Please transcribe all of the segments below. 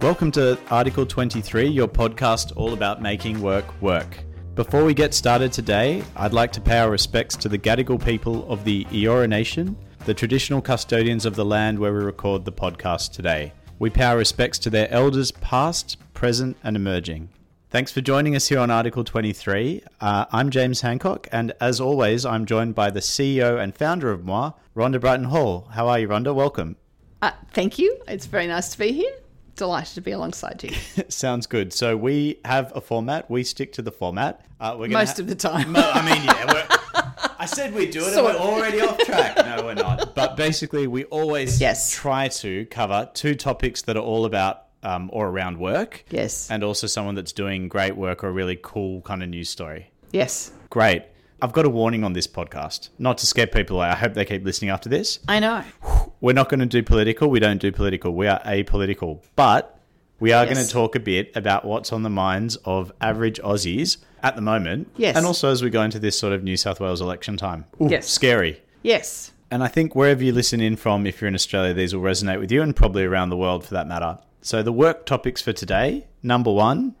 Welcome to Article 23, your podcast all about making work work. Before we get started today, I'd like to pay our respects to the Gadigal people of the Eora Nation, the traditional custodians of the land where we record the podcast today. We pay our respects to their elders, past, present, and emerging. Thanks for joining us here on Article 23. Uh, I'm James Hancock, and as always, I'm joined by the CEO and founder of Moi, Rhonda Brighton Hall. How are you, Rhonda? Welcome. Uh, thank you. It's very nice to be here. Delighted to be alongside you Sounds good. So we have a format. We stick to the format. Uh, we're gonna most ha- of the time. Mo- I mean, yeah. We're, I said we do it, and Sort we're of. already off track. No, we're not. But basically, we always Yes. try to cover two topics that are all about um, or around work, Yes. and also someone that's doing great work or a really cool kind of news story. yes. Great. I've got a warning on this podcast, not to scare people away. I hope they keep listening after this. I know. We're not going to do political. We don't do political. We are apolitical. But we are Yes. going to talk a bit about what's on the minds of average Aussies at the moment. Yes. And also as we go into this sort of New South Wales election time. Ooh, Yes. Scary. Yes. And I think wherever you listen in from, if you're in Australia, these will resonate with you and probably around the world for that matter. So the work topics for today number one,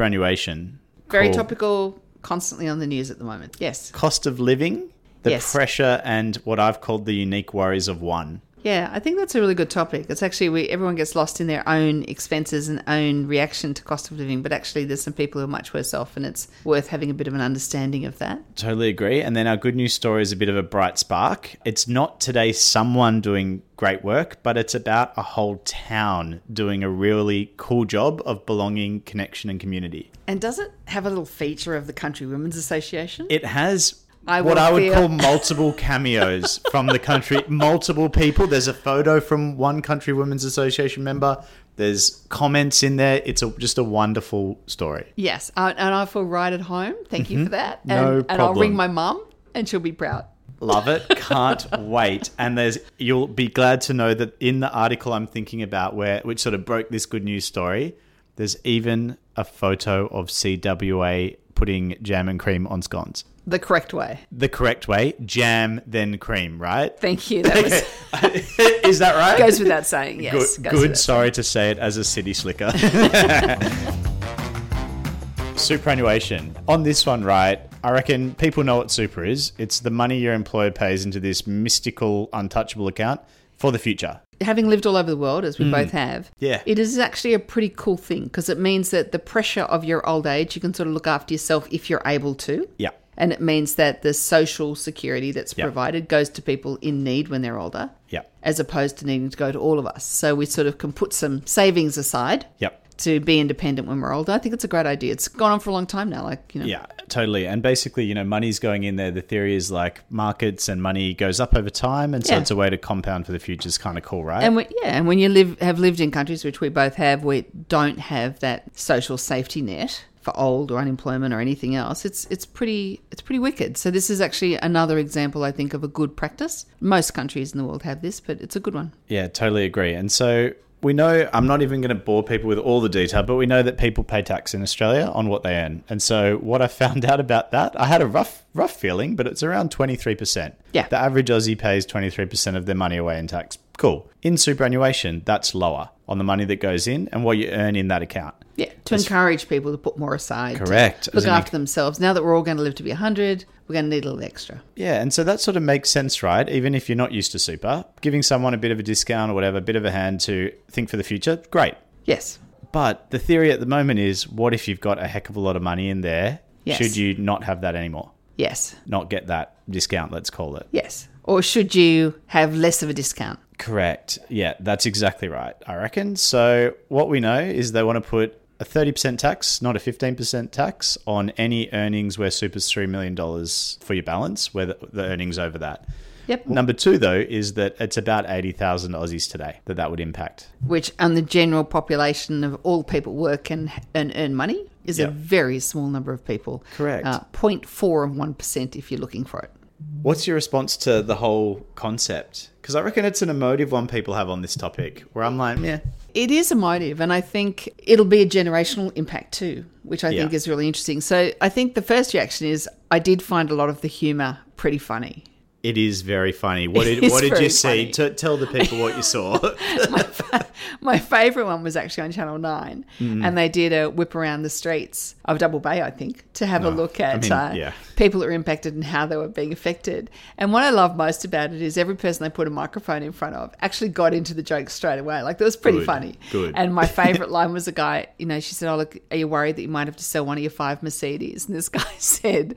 superannuation. Very Cool. topical, constantly on the news at the moment. Yes. Cost of living, the Yes. pressure, and what I've called the unique worries of one. Yeah, I think that's a really good topic. It's actually we everyone gets lost in their own expenses and own reaction to cost of living, but actually there's some people who are much worse off and it's worth having a bit of an understanding of that. Totally agree. And then our good news story is a bit of a bright spark. It's not today someone doing great work, but it's about a whole town doing a really cool job of belonging, connection, and community. And does it have a little feature of the Country Women's Association? It has. I what will I would feel- call multiple cameos from the country, multiple people. There's a photo from one Country Women's Association member. There's comments in there. It's a, just a wonderful story. yes, I, and I feel right at home. Thank you for that. And, Mm-hmm. No and I'll problem. ring my mum and she'll be proud. Love it. Can't wait. And there's you'll be glad to know that in the article I'm thinking about where which sort of broke this good news story, there's even a photo of CWA putting jam and cream on scones. The correct way. The correct way, jam then cream, right? Thank you. That was, Is that right? goes without saying. Yes. good, goes good without- sorry to say it as a city slicker. Superannuation. On this one, right, I reckon people know what super is. It's the money your employer pays into this mystical, untouchable account for the future. Having lived all over the world, as we both have, Mm. Yeah. it is actually a pretty cool thing because it means that the pressure of your old age, you can sort of look after yourself if you're able to. Yeah. And it means that the social security that's Yeah. provided goes to people in need when they're older, Yeah. as opposed to needing to go to all of us. So we sort of can put some savings aside Yep. to be independent when we're older. I think it's a great idea. It's gone on for a long time now. Like, you know, Yeah, totally. And basically, you know, money's going in there. The theory is like markets and money goes up over time. And so Yeah. it's a way to compound for the future is kind of cool, right? And when, yeah, and when you live have lived in countries which we both have, we don't have that social safety net for old or unemployment or anything else. It's it's pretty it's pretty wicked. So this is actually another example, I think, of a good practice. Most countries in the world have this, but it's a good one. Yeah, totally agree. And so we know I'm not even going to bore people with all the detail, but we know that people pay tax in Australia on what they earn. And so what I found out about that, I had a rough rough feeling, but it's around 23%. Yeah. The average Aussie pays 23% of their money away in tax. Cool. In superannuation, that's lower on the money that goes in and what you earn in that account. Yeah, to encourage people to put more aside, to Correct. As Look an after themselves. Now that we're all going to live to be hundred, we're going to need a little extra. Yeah, and so that sort of makes sense, right? Even if you're not used to super, giving someone a bit of a discount or whatever, a bit of a hand to think for the future, great. Yes, But the theory at the moment is what if you've got a heck of a lot of money in there? Yes. Should you not have that anymore? yes, Not get that discount, let's call it. yes. Or should you have less of a discount? Correct. Yeah, that's exactly right, I reckon. So, what we know is they want to put a 30% tax, not a 15% tax, on any earnings where super's $3 million for your balance, where the, the earnings over that. Yep. Number two, though, is that it's about 80,000 Aussies today that that would impact. which on the general population of all people work and, and earn money is Yeah. a very small number of people. Correct. Uh, 0.4 of 1% if you're looking for it. What's your response to the whole concept? Because I reckon it's an emotive one people have on this topic, where I'm like, yeah, It is emotive, and I think it'll be a generational impact too, which I think Yeah. is really interesting. So I think the first reaction is I did find a lot of the humour pretty funny. it is very funny. What It did is what did you very see? funny. T- tell the people what you saw. My fa- my favorite one was actually on Channel 9, Mm. and they did a whip around the streets of Double Bay, I think, to have a look at Oh, mean, uh, yeah. people that were impacted and how they were being affected. And what I love most about it is every person they put a microphone in front of actually got into the joke straight away. Like, that was pretty Good, funny. good. And my favorite line was a guy, you know, she said, Oh, look, are you worried that you might have to sell one of your five Mercedes? And this guy said,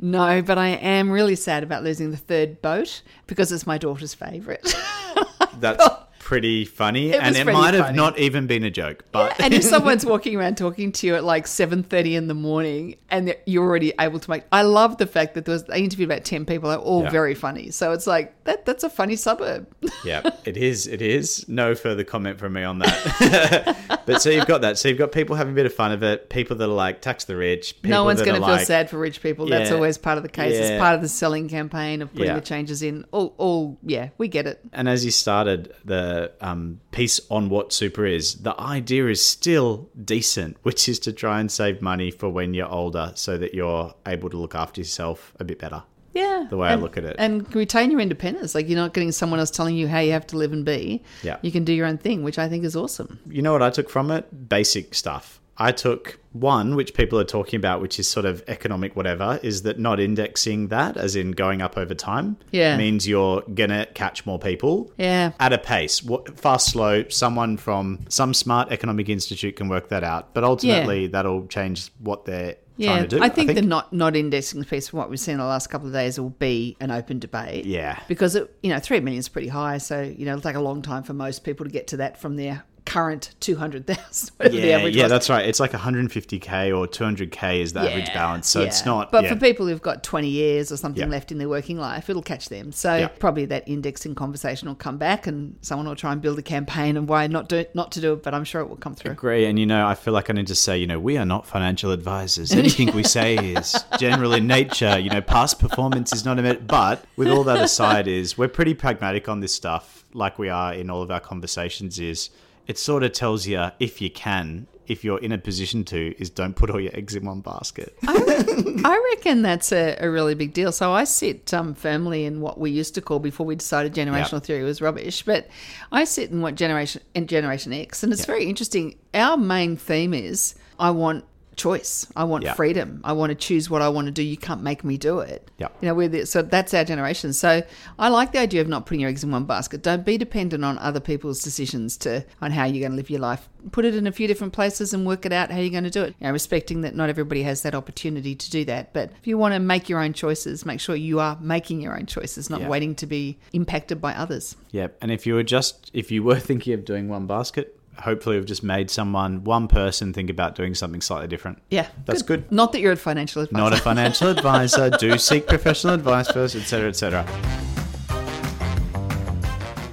No, but I am really sad about losing the third boat because it's my daughter's favorite. That's pretty funny, It and was it pretty might have funny. not even been a joke, but and if someone's walking around talking to you at like 7.30 in the morning and you're already able to make i love the fact that there was i interviewed about 10 people they're all Yeah. very funny so it's like that that's a funny suburb yeah, it is. It is. No further comment from me on that. but so you've got that. So you've got people having a bit of fun of it. People that are like tax the rich. People no one's that going are to feel like, sad for rich people that's Yeah. always part of the case Yeah. it's part of the selling campaign of putting Yeah. the changes in all, all yeah we get it And as you started the um, piece on what super is, the idea is still decent, which is to try and save money for when you're older, so that you're able to look after yourself a bit better. Yeah. the way I And- look at it. And retain your independence. Like you're not getting someone else telling you how you have to live and be. Yeah. You can do your own thing, which I think is awesome. you know what I took from it? Basic stuff. I took one, which people are talking about, which is sort of economic whatever, is that not indexing that, as in going up over time, Yeah. means you're going to catch more people Yeah. at a pace. What- Fast, slow, someone from some smart economic institute can work that out. But ultimately, that'll change what they're Yeah. trying to do. I, think the not not indexing piece from what we've seen in the last couple of days will be an open debate. Yeah. Because it, you know, three million is pretty high, so you know, it'll take a long time for most people to get to that from their current two hundred thousand. the Yeah, average yeah, was. that's right. It's like 150K or 200K is the average Yeah, balance. So it's yeah. not. But yeah. for people who've got 20 years or something Yeah. left in their working life, it'll catch them. So Yeah. probably that indexing conversation will come back, and someone will try and build a campaign and why not do not to do it. But I'm sure it will come through. Agree, and you know, I feel like I need to say, you know, we are not financial advisors. Anything we say is general in nature. You know, past performance is not a met. But with all that aside, is we're pretty pragmatic on this stuff, like we are in all of our conversations. Is it sort of tells you if you can, if you're in a position to, is don't put all your eggs in one basket. I reckon that's a, a really big deal. So I sit um, firmly in what we used to call before we decided generational Yeah. theory was rubbish, but I sit in what generation and Generation X, and it's very interesting. Our main theme is I want choice, I want Yeah. freedom, I want to choose what I want to do. You can't make me do it. Yeah. you know, we're the, so that's our generation. So I like the idea of not putting your eggs in one basket. Don't be dependent on other people's decisions to on how you're going to live your life. Put it in a few different places and work it out how you're going to do it. You know, respecting that not everybody has that opportunity to do that, but if you want to make your own choices, make sure you are making your own choices, not Yeah. waiting to be impacted by others. Yep. And if you were just if you were thinking of doing one basket, hopefully we've just made someone one person think about doing something slightly different. Yeah, That's good. Not that you're a financial advisor. not a financial advisor. Do seek professional advice first, etc., etc.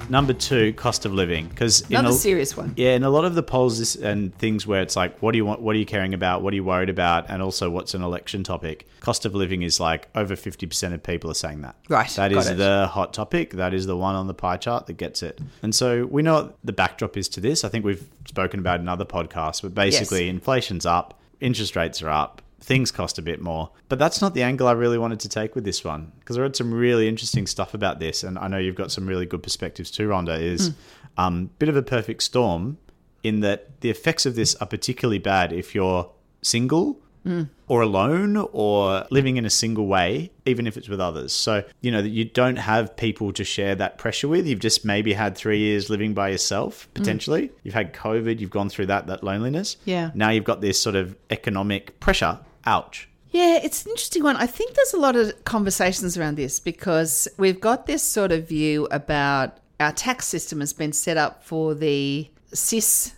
Number two, cost of living, because Another serious one. yeah, in a lot of the polls this, and things where it's like, what do you want? What are you caring about? What are you worried about? And also, what's an election topic? Cost of living is like over fifty percent of people are saying that. Right, That got is it. the hot topic. That is the one on the pie chart that gets it. And so we know what the backdrop is to this. I think we've spoken about it in other podcasts, but basically, inflation's up, interest rates are up. Things cost a bit more, but that's not the angle I really wanted to take with this one because I read some really interesting stuff about this, and I know you've got some really good perspectives too, Rhonda. Is um, bit of a perfect storm in that the effects of this are particularly bad if you're single or alone or living in a single way, even if it's with others. So, you know, that you don't have people to share that pressure with. You've just maybe had three years living by Mm. yourself, potentially. You've had COVID, you've gone through that, that loneliness. Yeah. Now you've got this sort of economic pressure. Ouch. Yeah, it's an interesting one. I think there's a lot of conversations around this because we've got this sort of view about our tax system has been set up for the cis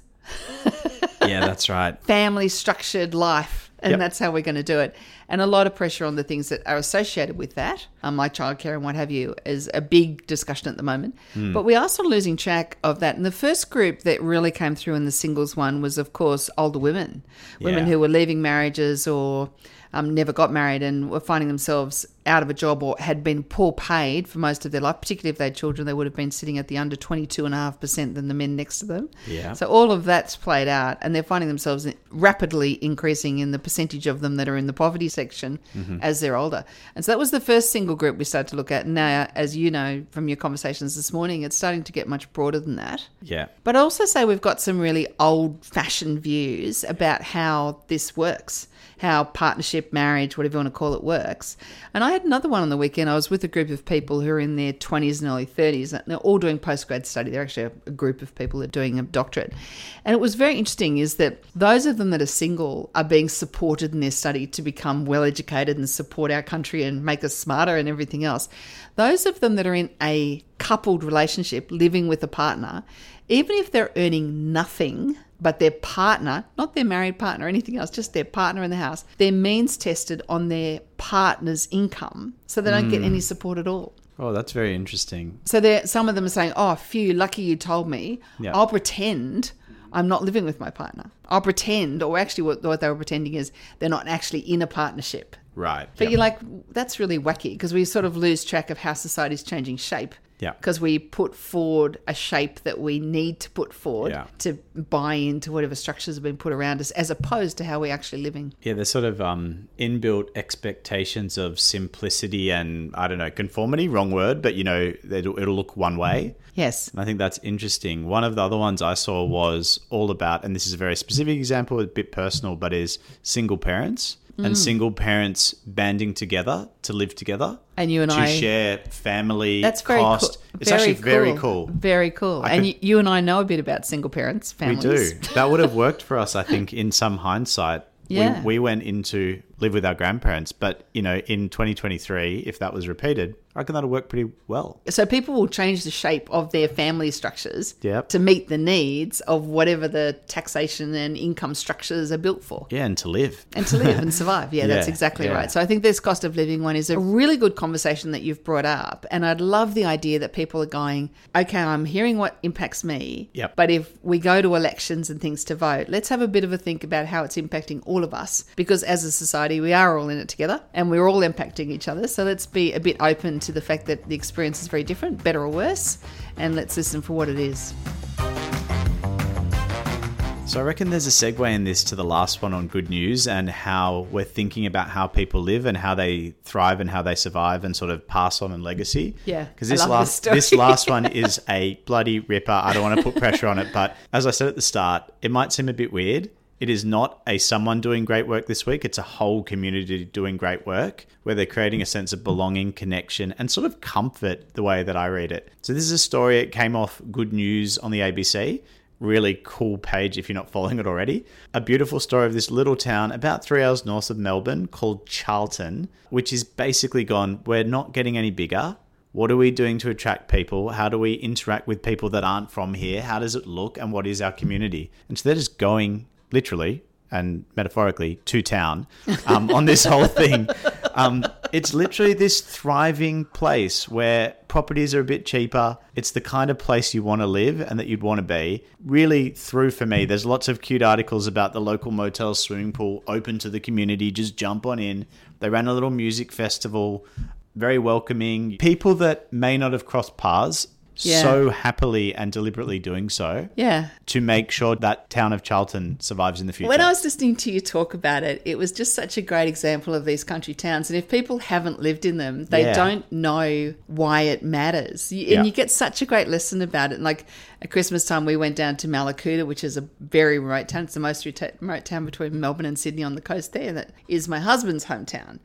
Yeah, that's right. family structured life. And Yep. that's how we're going to do it. And a lot of pressure on the things that are associated with that, um, like childcare and what have you, is a big discussion at the moment. Hmm. But we are sort of losing track of that. And the first group that really came through in the singles one was, of course, older women, women Yeah. who were leaving marriages or um, never got married and were finding themselves out of a job or had been poor paid for most of their life, particularly if they had children, they would have been sitting at the under 22.5% than the men next to them. Yeah. So all of that's played out, and they're finding themselves rapidly increasing in the percentage of them that are in the poverty section as they're older. And so that was the first single group we started to look at. Now, as you know from your conversations this morning, it's starting to get much broader than that. Yeah. But I also say we've got some really old fashioned views about how this works, how partnership, marriage, whatever you want to call it, works. And I had another one on the weekend. I was with a group of people who are in their 20s and early 30s, and they're all doing postgrad study. They're actually a, a group of people that are doing a doctorate. And it was very interesting is that those of them that are single are being supported in their study to become well educated and support our country and make us smarter and everything else. Those of them that are in a coupled relationship living with a partner, even if they're earning nothing but their partner, not their married partner or anything else, just their partner in the house, they're means tested on their partner's income. So they don't get any support at all. Oh, that's very interesting. So there, some of them are saying, "Oh, phew, lucky you told me. Yeah. I'll pretend I'm not living with my partner. I'll pretend." Or actually, what, what they were pretending is they're not actually in a partnership. Right. But Yep. you're like, that's really wacky because we sort of lose track of how society's changing shape. Yeah. Because we put forward a shape that we need to put forward Yeah. to buy into whatever structures have been put around us, as opposed to how we're actually living. Yeah, there's sort of um, inbuilt expectations of simplicity and I don't know conformity. Wrong word, but you know it'll, it'll look one way. Yes. And I think that's interesting. One of the other ones I saw was all about, and this is a very specific example, a bit personal, but is single parents Mm. and single parents banding together to live together And you and to I. share family that's very cost. cool. It's actually very cool. Very cool. and could- you, you and I know a bit about single parents, We families. do. That would have worked for us, I think, in some hindsight. Yeah. We, we went into live with our grandparents, but you know, in 2023, if that was repeated, I reckon that'll work pretty well. So people will change the shape of their family structures Yep. to meet the needs of whatever the taxation and income structures are built for. Yeah, and to live. and to live and survive. Yeah, that's Yeah, exactly yeah. right. So I think this cost of living one is a really good conversation that you've brought up. And I'd love the idea that people are going, okay, I'm hearing what impacts me. Yep. But if we go to elections and things to vote, let's have a bit of a think about how it's impacting all of us because as a society, we are all in it together and we're all impacting each other. So let's be a bit open to the fact that the experience is very different, better or worse. And let's listen for what it is. So I reckon there's a segue in this to the last one on good news and how we're thinking about how people live and how they thrive and how they survive and sort of pass on and legacy. Yeah, Because I this love last this this story. last one is a bloody ripper. I don't want to put pressure on it, but as I said at the start, it might seem a bit weird. It is not a someone doing great work this week. It's a whole community doing great work where they're creating a sense of belonging, connection, and sort of comfort the way that I read it. So, this is a story. It came off Good News on the ABC really cool page if you're not following it already. A beautiful story of this little town about three hours north of Melbourne called Charlton, which is basically gone, we're not getting any bigger. What are we doing to attract people? How do we interact with people that aren't from here? How does it look? And what is our community? And so they're just going literally and metaphorically to town um, on this whole thing. Um, it's literally this thriving place where properties are a bit cheaper. It's the kind of place you want to live and that you'd want to be. Really through for me. There's lots of cute articles about the local motel swimming pool open to the community. Just jump on in. They ran a little music festival. Very welcoming. People that may not have crossed paths Yeah. so happily and deliberately doing so Yeah. to make sure that town of Charlton survives in the future. When I was listening to you talk about it, it was just such a great example of these country towns. And if people haven't lived in them, they Yeah. don't know why it matters. You, and Yeah. you get such a great lesson about it. And like at Christmas time, we went down to Malakuta, which is a very remote town. It's the most reta- remote town between Melbourne and Sydney on the coast there. That is my husband's hometown.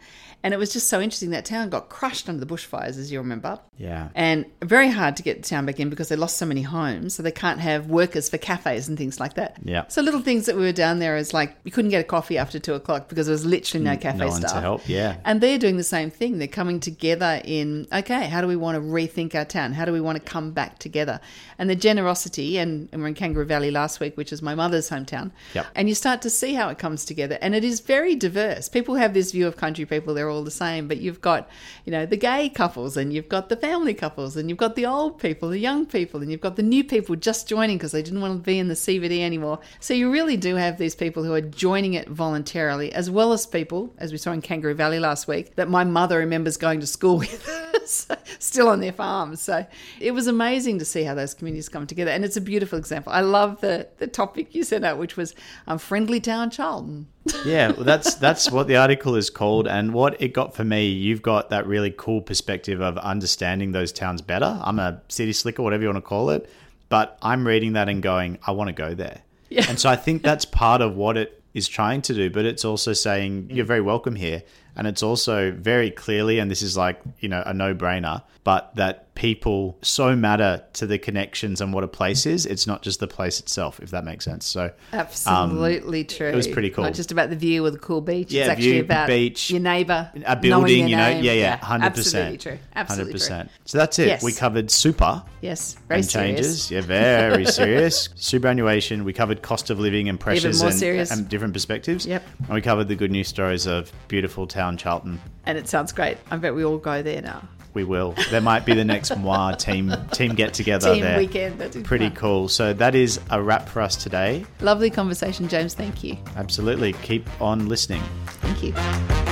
And it was just so interesting. That town got crushed under the bushfires, as you remember. yeah. And very hard to get the town back in because they lost so many homes, so they can't have workers for cafes and things like that. Yeah. So little things that we were down there is like you couldn't get a coffee after two o'clock because there was literally no cafe no one staff to help. Yeah. and they're doing the same thing. They're coming together in, okay, how do we want to rethink our town? How do we want to come back together? And the generosity, and, and we're in Kangaroo Valley last week, which is my mother's hometown. Yep. And you start to see how it comes together. And it is very diverse. People have this view of country people, they're all the same, but you've got, you know, the gay couples, and you've got the family couples, and you've got the old people, people, the young people, and you've got the new people just joining because they didn't want to be in the CBD anymore. So you really do have these people who are joining it voluntarily, as well as people, as we saw in Kangaroo Valley last week, that my mother remembers going to school with. still on their farms. So it was amazing to see how those communities come together. And it's a beautiful example. I love the, the topic you sent out, which was um, Friendly Town Charlton. yeah, well, that's that's what the article is called, and what it got for me. You've got that really cool perspective of understanding those towns better. I'm a city slicker, whatever you want to call it, but I'm reading that and going, I want to go there. Yeah. And so I think that's part of what it is trying to do, but it's also saying you're very welcome here, and it's also very clearly, and this is like you know a no brainer, but that people so matter to the connections and what a place is. It's not just the place itself, if that makes sense. So Absolutely true. It Um, was pretty cool. Not just about the view or the cool beach. Yeah, it's actually view, about beach, your neighbour, a knowing building, your you know, name. yeah, yeah, hundred percent, Absolutely true. Absolutely true. So that's it. Yes. We covered super Yes, very and serious. changes. Yeah, very serious. Superannuation. We covered cost of living and pressures more and, serious. and different perspectives. Yep. And we covered the good news stories of beautiful town Charlton. And it sounds great. I bet we all go there now. We will. There might be the next Moir team team get together Team there. weekend. That's Pretty fun. cool. So that is a wrap for us today. Lovely conversation, James. Thank you. Absolutely. Keep on listening. Thank you.